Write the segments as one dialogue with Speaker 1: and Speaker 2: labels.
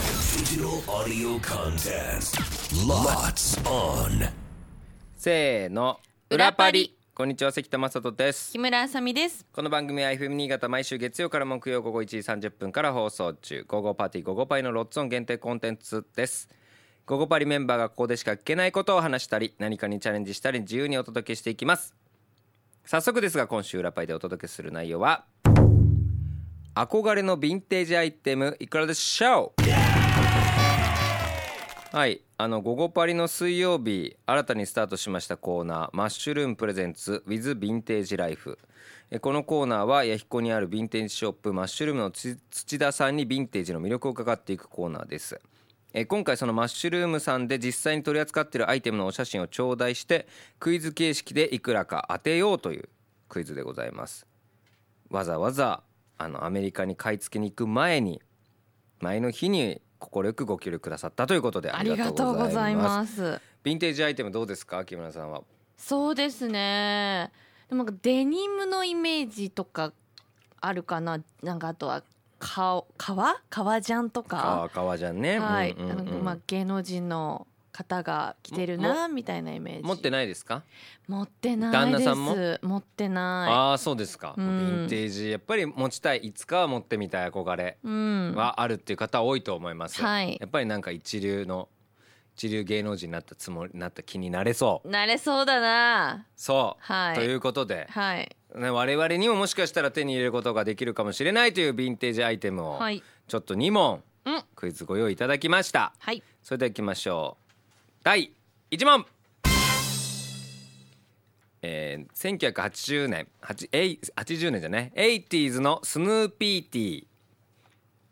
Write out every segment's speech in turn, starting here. Speaker 1: Digital audio contest. Lots on.
Speaker 2: せーの
Speaker 3: 裏パリ
Speaker 2: こんにちは関田正人です
Speaker 3: 木村あさみです。
Speaker 2: この番組は FM 新潟毎週月曜から木曜午後1時30分から放送中午後パーティー午後パイのロッツオン限定コンテンツです午後パリメンバーがここでしか聞けないことを話したり何かにチャレンジしたり自由にお届けしていきます早速ですが今週裏パイでお届けする内容は憧れのヴィンテージアイテムいくらでしょうはい、あの「午後パリ」の水曜日新たにスタートしましたコーナー「マッシュルームプレゼンツ with ヴィンテージライフ」えこのコーナーは弥彦にあるヴィンテージショップマッシュルームのつ土田さんにヴィンテージの魅力を伺っていくコーナーですえ今回そのマッシュルームさんで実際に取り扱っているアイテムのお写真を頂戴してクイズ形式でいくらか当てようというクイズでございますわざわざあのアメリカに買い付けに行く前に前の日に快くご協力くださったということであ
Speaker 3: あ
Speaker 2: り
Speaker 3: り
Speaker 2: が
Speaker 3: が
Speaker 2: と
Speaker 3: と
Speaker 2: う
Speaker 3: う
Speaker 2: ご
Speaker 3: ご
Speaker 2: ざ
Speaker 3: ざ
Speaker 2: い
Speaker 3: い
Speaker 2: ま
Speaker 3: ますす。
Speaker 2: ヴィンテージアイテムどうですか木村さんは
Speaker 3: そうですね。でもなんかデニムのイメージとかあるかな。なんかあとは顔革革ジャンと
Speaker 2: あ
Speaker 3: か。
Speaker 2: 革じゃんね
Speaker 3: はい。
Speaker 2: うんうんうん
Speaker 3: なんかまあ芸能人の方が着てるなみたいなイメージ。
Speaker 2: 持ってないですか
Speaker 3: 持ってないです。
Speaker 2: 旦那さんも
Speaker 3: 持ってな
Speaker 2: ああそうですか、
Speaker 3: うん
Speaker 2: ヴィンテージやっぱり持ちたいいつかは持ってみたい憧れ
Speaker 3: い。うん。
Speaker 2: はあるっていう方多いと思います、
Speaker 3: はい
Speaker 2: やっぱりなんか一流の一流芸能人になったつもりなった気になれそう
Speaker 3: なれそうだな。
Speaker 2: そう、
Speaker 3: はい
Speaker 2: ということで、
Speaker 3: はい。
Speaker 2: ね、我々にももしかしたら手に入れることができるかもしれないというヴィンテージアイテムを
Speaker 3: はい。
Speaker 2: ちょっと2問
Speaker 3: うん。
Speaker 2: クイズご用意いただきました
Speaker 3: はい。
Speaker 2: それでは行きましょう第1問えー、1980年8えい80年じゃない 80s のスヌーピーティー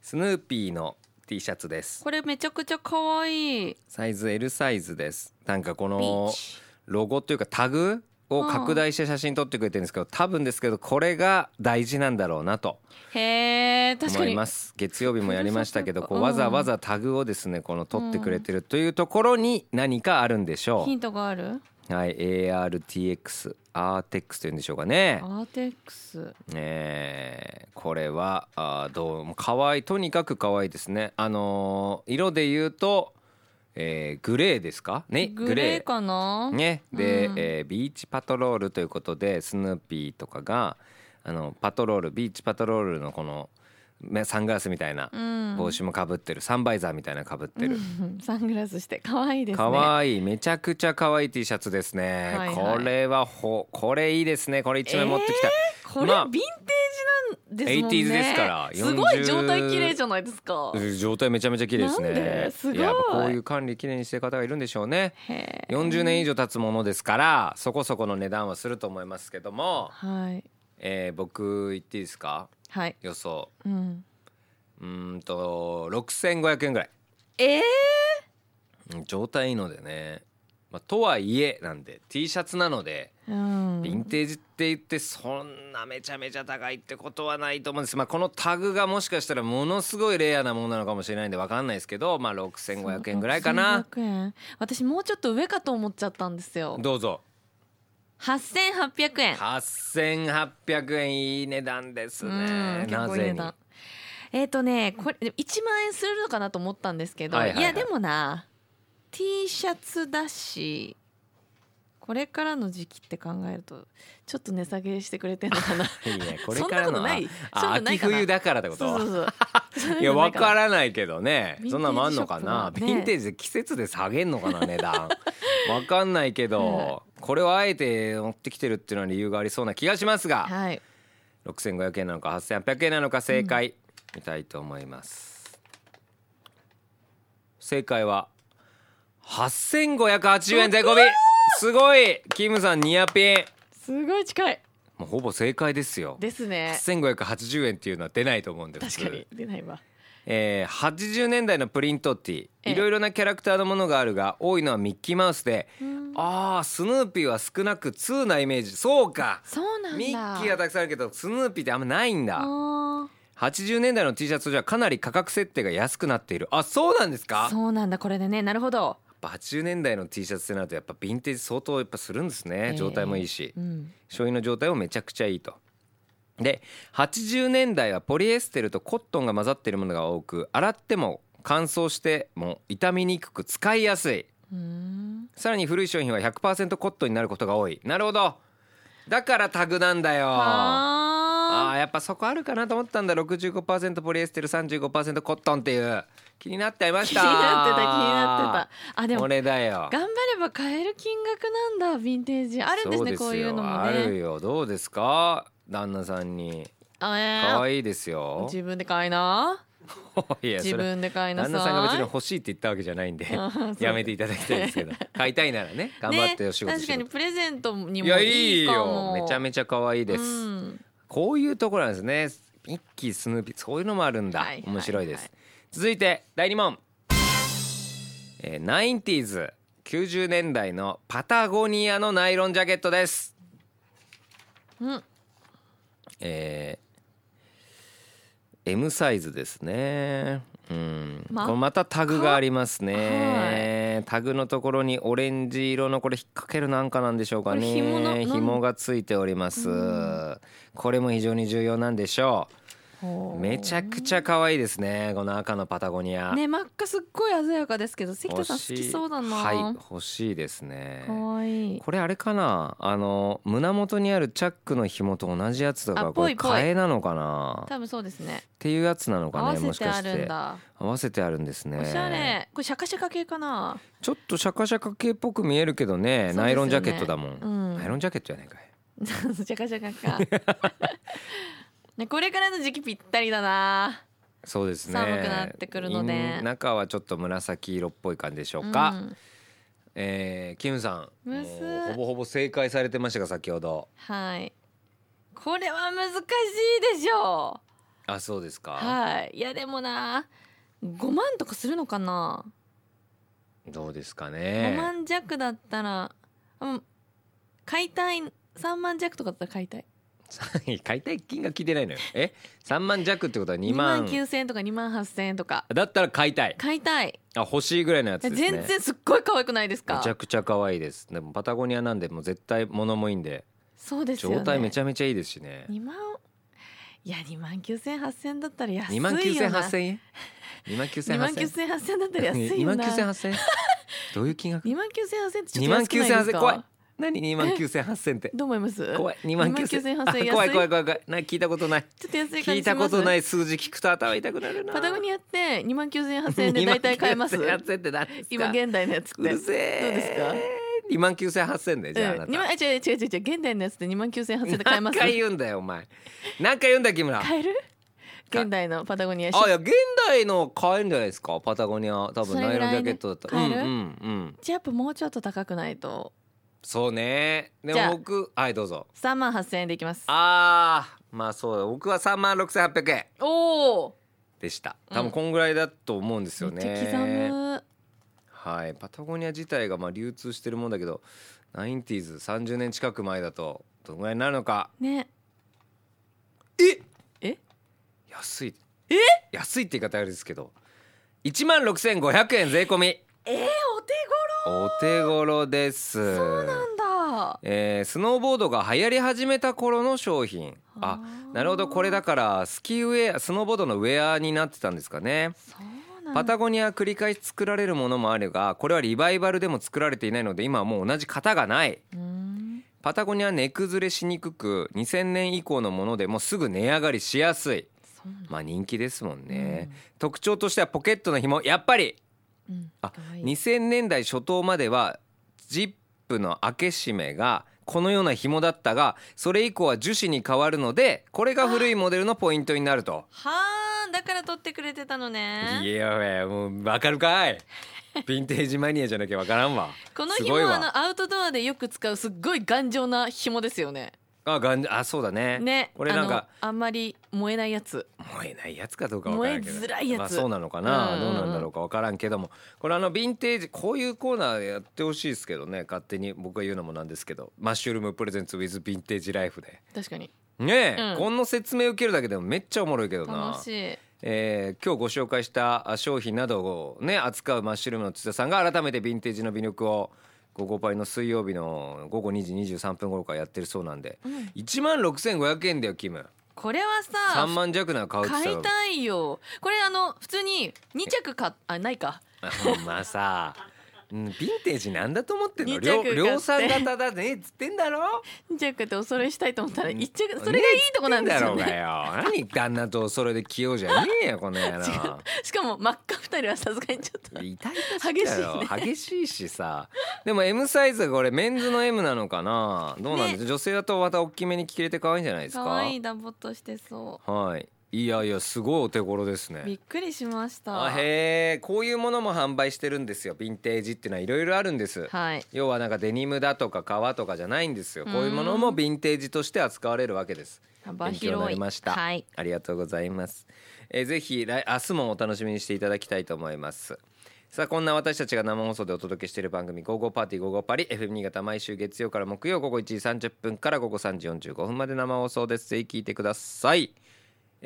Speaker 2: スヌーピーの T シャツです
Speaker 3: これめちゃくちゃ可愛い。
Speaker 2: サイズ L サイズですなんかこ
Speaker 3: ビー
Speaker 2: の
Speaker 3: チ。
Speaker 2: ロゴというかタグを拡大して写真撮ってくれてるんですけど多分ですけどこれが大事なんだろうなと
Speaker 3: へえ、確か
Speaker 2: 思い
Speaker 3: に
Speaker 2: ま。す月曜日もやりましたけど こう
Speaker 3: うん
Speaker 2: わざわざタグをですねこの取ってくれてるというところに何かあるんでしょ
Speaker 3: ヒントがある。
Speaker 2: うはい ARTX アーテックスというんでしょうかね
Speaker 3: アーテックス。
Speaker 2: えーこれはあーどうも可愛いとにかく可愛いですねあのー色で言うとえーグレーですかね
Speaker 3: グレーかな。
Speaker 2: ね、で、
Speaker 3: うん
Speaker 2: えービーチパトロールということでスヌーピーとかがあのパトロールビーチパトロールのこのねサングラスみたいな
Speaker 3: うん。
Speaker 2: 帽子もかぶってるサンバイザーみたいなのかぶってる。
Speaker 3: うんサングラスして可愛いですね。
Speaker 2: 可愛いめちゃくちゃ可愛い T シャツですね。
Speaker 3: はいはい
Speaker 2: これはほこれいいですね。これ一枚持ってきた。
Speaker 3: これ
Speaker 2: まあ
Speaker 3: ヴィンテージなんですもんね。
Speaker 2: 80s ですから
Speaker 3: すご
Speaker 2: 40
Speaker 3: い状態綺麗じゃないですか。
Speaker 2: 状態めちゃめちゃ綺麗ですね。
Speaker 3: なんですごい
Speaker 2: やっぱこういう管理綺麗にしてる方がいるんでしょうね。
Speaker 3: へえ。
Speaker 2: 40年以上経つものですから、そこそこの値段はすると思いますけども、
Speaker 3: はい。
Speaker 2: えー僕言っていいですか？
Speaker 3: はい。
Speaker 2: 予想。
Speaker 3: うん。
Speaker 2: うーんと6500円ぐらい
Speaker 3: ええ
Speaker 2: うん状態いいのでね、まあ、とはいえなんで T シャツなので
Speaker 3: う
Speaker 2: ヴ
Speaker 3: ん。
Speaker 2: ィンテージって言ってそんなめちゃめちゃ高いってことはないと思うんです、まあ、このタグがもしかしたらものすごいレアなものなのかもしれないんで分かんないですけど、まあ、6500円ぐらいかな
Speaker 3: 1500円。私もうちょっと上かと思っちゃったんですよ。
Speaker 2: どうぞ
Speaker 3: 八千八百円。
Speaker 2: 8800円いい値段です
Speaker 3: うん
Speaker 2: ね
Speaker 3: 結
Speaker 2: な
Speaker 3: 構いい
Speaker 2: ぜ
Speaker 3: 値
Speaker 2: に
Speaker 3: 段えっ、とねこれ1万円するのかなと思ったんですけど、
Speaker 2: はい
Speaker 3: い
Speaker 2: はいはい
Speaker 3: やでもな T シャツだしこれからの時期って考えるとちょっと値下げしてくれてんのか な
Speaker 2: いいねこれからの
Speaker 3: そんなことない
Speaker 2: あ
Speaker 3: そんなことな
Speaker 2: 秋
Speaker 3: いかな
Speaker 2: 冬だからって
Speaker 3: そ
Speaker 2: こ
Speaker 3: う
Speaker 2: と
Speaker 3: そうそうそう
Speaker 2: いやわかららないけどね
Speaker 3: ヴィンテージ
Speaker 2: そんなのもあんのかな
Speaker 3: シ
Speaker 2: ヴ
Speaker 3: ョップは
Speaker 2: ィ
Speaker 3: ね
Speaker 2: ンテージで季節で下げんのかな値 段わかんないけどこれをあえて持ってきてるっていうのは理由がありそうな気がしますが
Speaker 3: はい
Speaker 2: 6500円なのか8800円なのか正解見たいと思います正解は8580円税込みすごいキムさんニアピン
Speaker 3: すごい近い
Speaker 2: もうほぼ正解ですよ
Speaker 3: ですね
Speaker 2: 8580円っていうのは出ないと思うんで普
Speaker 3: 確
Speaker 2: 通
Speaker 3: かに出ないわ
Speaker 2: えー80年代のプリントティー
Speaker 3: ええ
Speaker 2: いろいろなキャラクターのものがあるが多いのはミッキーマウスで、あースヌーピーは少なく2なイメージそうか
Speaker 3: そうなんだ
Speaker 2: ミッキーはたくさんあるけどスヌーピーってあんまないんだ
Speaker 3: あ
Speaker 2: 80年代の T シャツじゃかなり価格設定が安くなっているあそうなんです
Speaker 3: ー
Speaker 2: かやっ
Speaker 3: そうなんだこれでねなるほど、
Speaker 2: ぱ80年代の T シャツってなるとやっぱヴィンテージ相当やっぱするんですね、
Speaker 3: ええ
Speaker 2: 状態もいいし
Speaker 3: うん、
Speaker 2: 商品の状態もめちゃくちゃいいと。で80年代はポリエステルとコットンが混ざっているものが多く洗っても乾燥しても傷みにくく使いやすい
Speaker 3: うん
Speaker 2: さらに古い商品は100%コットンになることが多いなるほどだからタグなんだよあ
Speaker 3: あ
Speaker 2: ーやっぱそこあるかなと思ったんだ65%ポリエステル35%コットンっていう気になっちゃいま
Speaker 3: ー気
Speaker 2: し
Speaker 3: に
Speaker 2: た
Speaker 3: なってた気になってたあでも
Speaker 2: これだよ
Speaker 3: 頑張れば買える金額なんだヴィンテージあるんです
Speaker 2: そ
Speaker 3: ねこういうのも
Speaker 2: ある
Speaker 3: ね
Speaker 2: よどうですか旦那さんに
Speaker 3: あえー
Speaker 2: 可愛いですよ
Speaker 3: 自分で買いな
Speaker 2: いやそれ
Speaker 3: 自分で買いなさ
Speaker 2: 旦
Speaker 3: い
Speaker 2: 那さんが別に欲しいって言ったわけじゃないんで
Speaker 3: あそう
Speaker 2: やめていただきたいです けど買いたいならね頑張ってお仕事
Speaker 3: ね、
Speaker 2: して
Speaker 3: 確か
Speaker 2: い
Speaker 3: にプレゼントにもいいか
Speaker 2: や
Speaker 3: も
Speaker 2: いいよめちゃ
Speaker 3: ち
Speaker 2: めちゃ可愛いです、こういうところなんですねミッキースヌーピーそういうのもあるんだ、
Speaker 3: はい
Speaker 2: 面白いです、
Speaker 3: はいは
Speaker 2: 続いて第2問えー 90s 90年代のパタゴニアのナイロンジャケットです
Speaker 3: うん、
Speaker 2: えー M サイズですね。うん、
Speaker 3: ま
Speaker 2: これまたタグがあります
Speaker 3: は
Speaker 2: ね。タグのところにオレンジ色のこれ引っ掛けるなんかなんでしょうか
Speaker 3: これ紐のな
Speaker 2: ね。
Speaker 3: ん
Speaker 2: 紐がついております。これも非常に重要なんでしょう。
Speaker 3: ほう
Speaker 2: めちゃくちゃ可愛いですね。この赤のパタゴニア。
Speaker 3: ね真っ赤すっごい鮮やかですけど関
Speaker 2: 欲
Speaker 3: 田さん
Speaker 2: しい
Speaker 3: 好きそうだな、
Speaker 2: はい、欲しいですね
Speaker 3: か。わいい
Speaker 2: これあれかなあの胸元にあるチャックの紐と同じやつだから
Speaker 3: あ
Speaker 2: こ
Speaker 3: ぽ
Speaker 2: れ
Speaker 3: いぽい
Speaker 2: 替えなのかな
Speaker 3: 多分そうですね
Speaker 2: っていうやつなの
Speaker 3: 合
Speaker 2: かねも
Speaker 3: わ
Speaker 2: し
Speaker 3: せて
Speaker 2: か
Speaker 3: あ
Speaker 2: し
Speaker 3: るん
Speaker 2: て
Speaker 3: だ、
Speaker 2: 合わせてあるんですね
Speaker 3: おしゃれこれシャカシャカ系かな
Speaker 2: ちょっとシャカシャカ系っぽく見えるけどね
Speaker 3: そうですよね
Speaker 2: ナイロンジャケットだもん、
Speaker 3: うん
Speaker 2: ナイロンジャケットじゃないかい
Speaker 3: シャカシャカか ねこれからの時期ぴったりだな
Speaker 2: そうですね
Speaker 3: 寒くなってくるので
Speaker 2: い中はちょっと紫色っぽい感じでしょうか、
Speaker 3: うん
Speaker 2: えーキムさん
Speaker 3: むず
Speaker 2: もうほぼほぼ正解されてましたが先ほど
Speaker 3: はいこれは難しいでしょう
Speaker 2: あそうですか、
Speaker 3: はいいやでもな5万とかするのかな、
Speaker 2: どうですか
Speaker 3: 5
Speaker 2: ね
Speaker 3: 万弱だったらうん買いたい3万弱とかだったら買いたい
Speaker 2: 買いたい金が聞いてないのよえ3万弱ってことは2
Speaker 3: 2
Speaker 2: 万
Speaker 3: 万9000円とか2万8000円とか
Speaker 2: だったら買いたい
Speaker 3: 買いたい
Speaker 2: あ欲しいぐらいのやつですね
Speaker 3: 全然すっごい可愛くないですか
Speaker 2: めちゃくちゃ可愛いですでもパタゴニアなんでもう絶対物もいいんで
Speaker 3: そうですよね
Speaker 2: 状態めちゃめちゃいいですしね
Speaker 3: 2万いや2万9000円8000円だったら安い
Speaker 2: 2
Speaker 3: よな
Speaker 2: 万9千8千円2万9千8
Speaker 3: 2万
Speaker 2: 千
Speaker 3: 9000円8000円だったら安い
Speaker 2: 2
Speaker 3: よ
Speaker 2: 万
Speaker 3: な
Speaker 2: 9千8千どういう金 額
Speaker 3: 2万9000円8000円ってちょっ
Speaker 2: 2
Speaker 3: と
Speaker 2: 万
Speaker 3: 安く
Speaker 2: 9
Speaker 3: ない
Speaker 2: 千
Speaker 3: で
Speaker 2: 8千
Speaker 3: すか
Speaker 2: 怖い何2万9千8千って
Speaker 3: どう思います
Speaker 2: 怖い2万9千
Speaker 3: 2万9000 8000
Speaker 2: 怖い怖い
Speaker 3: 安い
Speaker 2: 怖い怖いな聞いたことない
Speaker 3: ちょっと安い感じします
Speaker 2: 聞いたことない数字聞くと頭痛くなるな
Speaker 3: パタゴニアって2万9000円8000円で大体買えます
Speaker 2: 2万9千8千って何ですか
Speaker 3: 今現代のやつって
Speaker 2: うるせえ
Speaker 3: どうですか
Speaker 2: 2万9千8千でじゃああな
Speaker 3: うん、2万
Speaker 2: た
Speaker 3: あ違う違う違う違う現代のやつって2万9000円8000円で買えます
Speaker 2: 何回言うんだよお前何回言うんだよ木村
Speaker 3: 買える現代のパタゴニア
Speaker 2: あいや現代の買えるんじゃないですかパタゴニア多分
Speaker 3: それ
Speaker 2: ナイ
Speaker 3: ぐ
Speaker 2: ロンジ
Speaker 3: らいね
Speaker 2: ャケットだったら、
Speaker 3: 買える
Speaker 2: うんうんうん
Speaker 3: じゃあやっぱもうちょっと高くないと
Speaker 2: そうねで
Speaker 3: じゃ
Speaker 2: も
Speaker 3: あ
Speaker 2: 僕はいどうぞ
Speaker 3: 3万8000円でいきます
Speaker 2: あーまあそうだ僕は3万6800円
Speaker 3: おお
Speaker 2: でした多分こんぐらいだと思うんですよ
Speaker 3: めっ
Speaker 2: ね、
Speaker 3: ちゃ刻む
Speaker 2: はいパタゴニア自体がまあ流通してるもんだけど 90s30 年近く前だとどのぐらいになるのか
Speaker 3: ね
Speaker 2: え
Speaker 3: え
Speaker 2: 安いえ安いって言い方あれですけど1万6500円税込み
Speaker 3: えー、お手
Speaker 2: お手頃ですそうなん
Speaker 3: 頃なんだ
Speaker 2: えースノーボードが流行り始めた頃の商品あ
Speaker 3: あー
Speaker 2: なるほどこれだからスキーウェアスノーボードのウェアになってたんですかね
Speaker 3: そうなんだ
Speaker 2: パタゴニアは繰り返し作られるものもあるがこれはリバイバルでも作られていないので今はもう同じ型がないう
Speaker 3: ーん
Speaker 2: パタゴニアは値崩れしにくく2000年以降のものでもすぐ値上がりしやすい
Speaker 3: そうなんだ
Speaker 2: まあ人気ですもんね、
Speaker 3: うん
Speaker 2: 特徴としてはポケットの紐やっぱり
Speaker 3: うん
Speaker 2: あ
Speaker 3: かわいい
Speaker 2: 2000年代初頭まではジップの開け閉めがこのような紐だったがそれ以降は樹脂に変わるのでこれが古いモデルのポイントになると。
Speaker 3: はーんだから撮ってくれてたのね
Speaker 2: いやいやもうわかるか いヴィンテージマニアじゃなきゃわからんわ
Speaker 3: この
Speaker 2: す
Speaker 3: 紐
Speaker 2: ごい
Speaker 3: は
Speaker 2: わ
Speaker 3: あのアウトドアでよく使うすっごい頑丈な紐ですよね。
Speaker 2: あがんあそうだね
Speaker 3: ね、
Speaker 2: これなんか
Speaker 3: あのあんまり燃えないやつ。
Speaker 2: 燃えないやつかどうかわからんけど
Speaker 3: 燃えづらいやつ
Speaker 2: まあ、そうなのかな、
Speaker 3: うん
Speaker 2: ど
Speaker 3: うん
Speaker 2: う
Speaker 3: う
Speaker 2: んなんだろうかわからんけどもこれあのヴィンテージこういうコーナーやってほしいですけどね勝手に僕が言うのもなんですけどマッシュルームプレゼンツ with ヴィンテージライフで
Speaker 3: 確かに
Speaker 2: ねえ、
Speaker 3: うん
Speaker 2: この説明受けるだけでもめっちゃおもろいけどな
Speaker 3: 楽しい。
Speaker 2: えー今日ご紹介したあ商品などをね扱うマッシュルームの津田さんが改めてヴィンテージの魅力を午後パリの水曜日の午後2時23分頃からやってるそうなんで、
Speaker 3: うん
Speaker 2: 1万6500円だよキム
Speaker 3: これは
Speaker 2: 3
Speaker 3: さ
Speaker 2: 万弱なら買うって
Speaker 3: 買
Speaker 2: 言
Speaker 3: い
Speaker 2: ったら
Speaker 3: たいよこれあの普通に2着買っあないか
Speaker 2: ほんまさうんヴィンテージなんだと思ってんの
Speaker 3: 二着買
Speaker 2: 量
Speaker 3: って
Speaker 2: 量産型だねっつってんだろ
Speaker 3: 2着ってお揃いしたいと思ったら1着それがいい
Speaker 2: ね
Speaker 3: とこなんですよ
Speaker 2: つって
Speaker 3: ね
Speaker 2: んだろうがよ何旦那とそれで着ようじゃねえよこの野 郎
Speaker 3: しかも真っ赤2人はさすがにちょっと
Speaker 2: 痛い
Speaker 3: 激しいね
Speaker 2: 激しい激しいしさでも M サイズがこれメンズの M なのかなどうなんです、女性だとまた大きめに着れて可愛いんじゃないですか
Speaker 3: 可愛いダボっとしてそ
Speaker 2: はいいやいやすごいお手頃です
Speaker 3: うび
Speaker 2: ね
Speaker 3: っくりしました
Speaker 2: あへえこういうものも販売してるんですよヴィンテージっていうのはいろいろあるんです
Speaker 3: はい
Speaker 2: 要はなんかデニムだとか革とかじゃないんですよこういうものもヴィンテージとして扱われるわけです
Speaker 3: 幅
Speaker 2: 勉強にな
Speaker 3: 広
Speaker 2: り
Speaker 3: い
Speaker 2: ました、
Speaker 3: はい
Speaker 2: ありがとうございます、えーぜひ来明日もお楽しみにしていただきたいと思いますさあこんな私たちが生放送でお届けしている番組「ゴーゴーパーティーゴーゴーパリ」FM 新潟毎週月曜から木曜午後1時30分から午後3時45分まで生放送ですぜひ聞いてください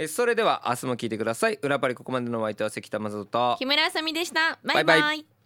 Speaker 2: えーそれでは明日も聞いてください裏パリここまでのお相手は関田正人と
Speaker 3: 木村あさみでした
Speaker 2: バイバイ
Speaker 3: バイバイ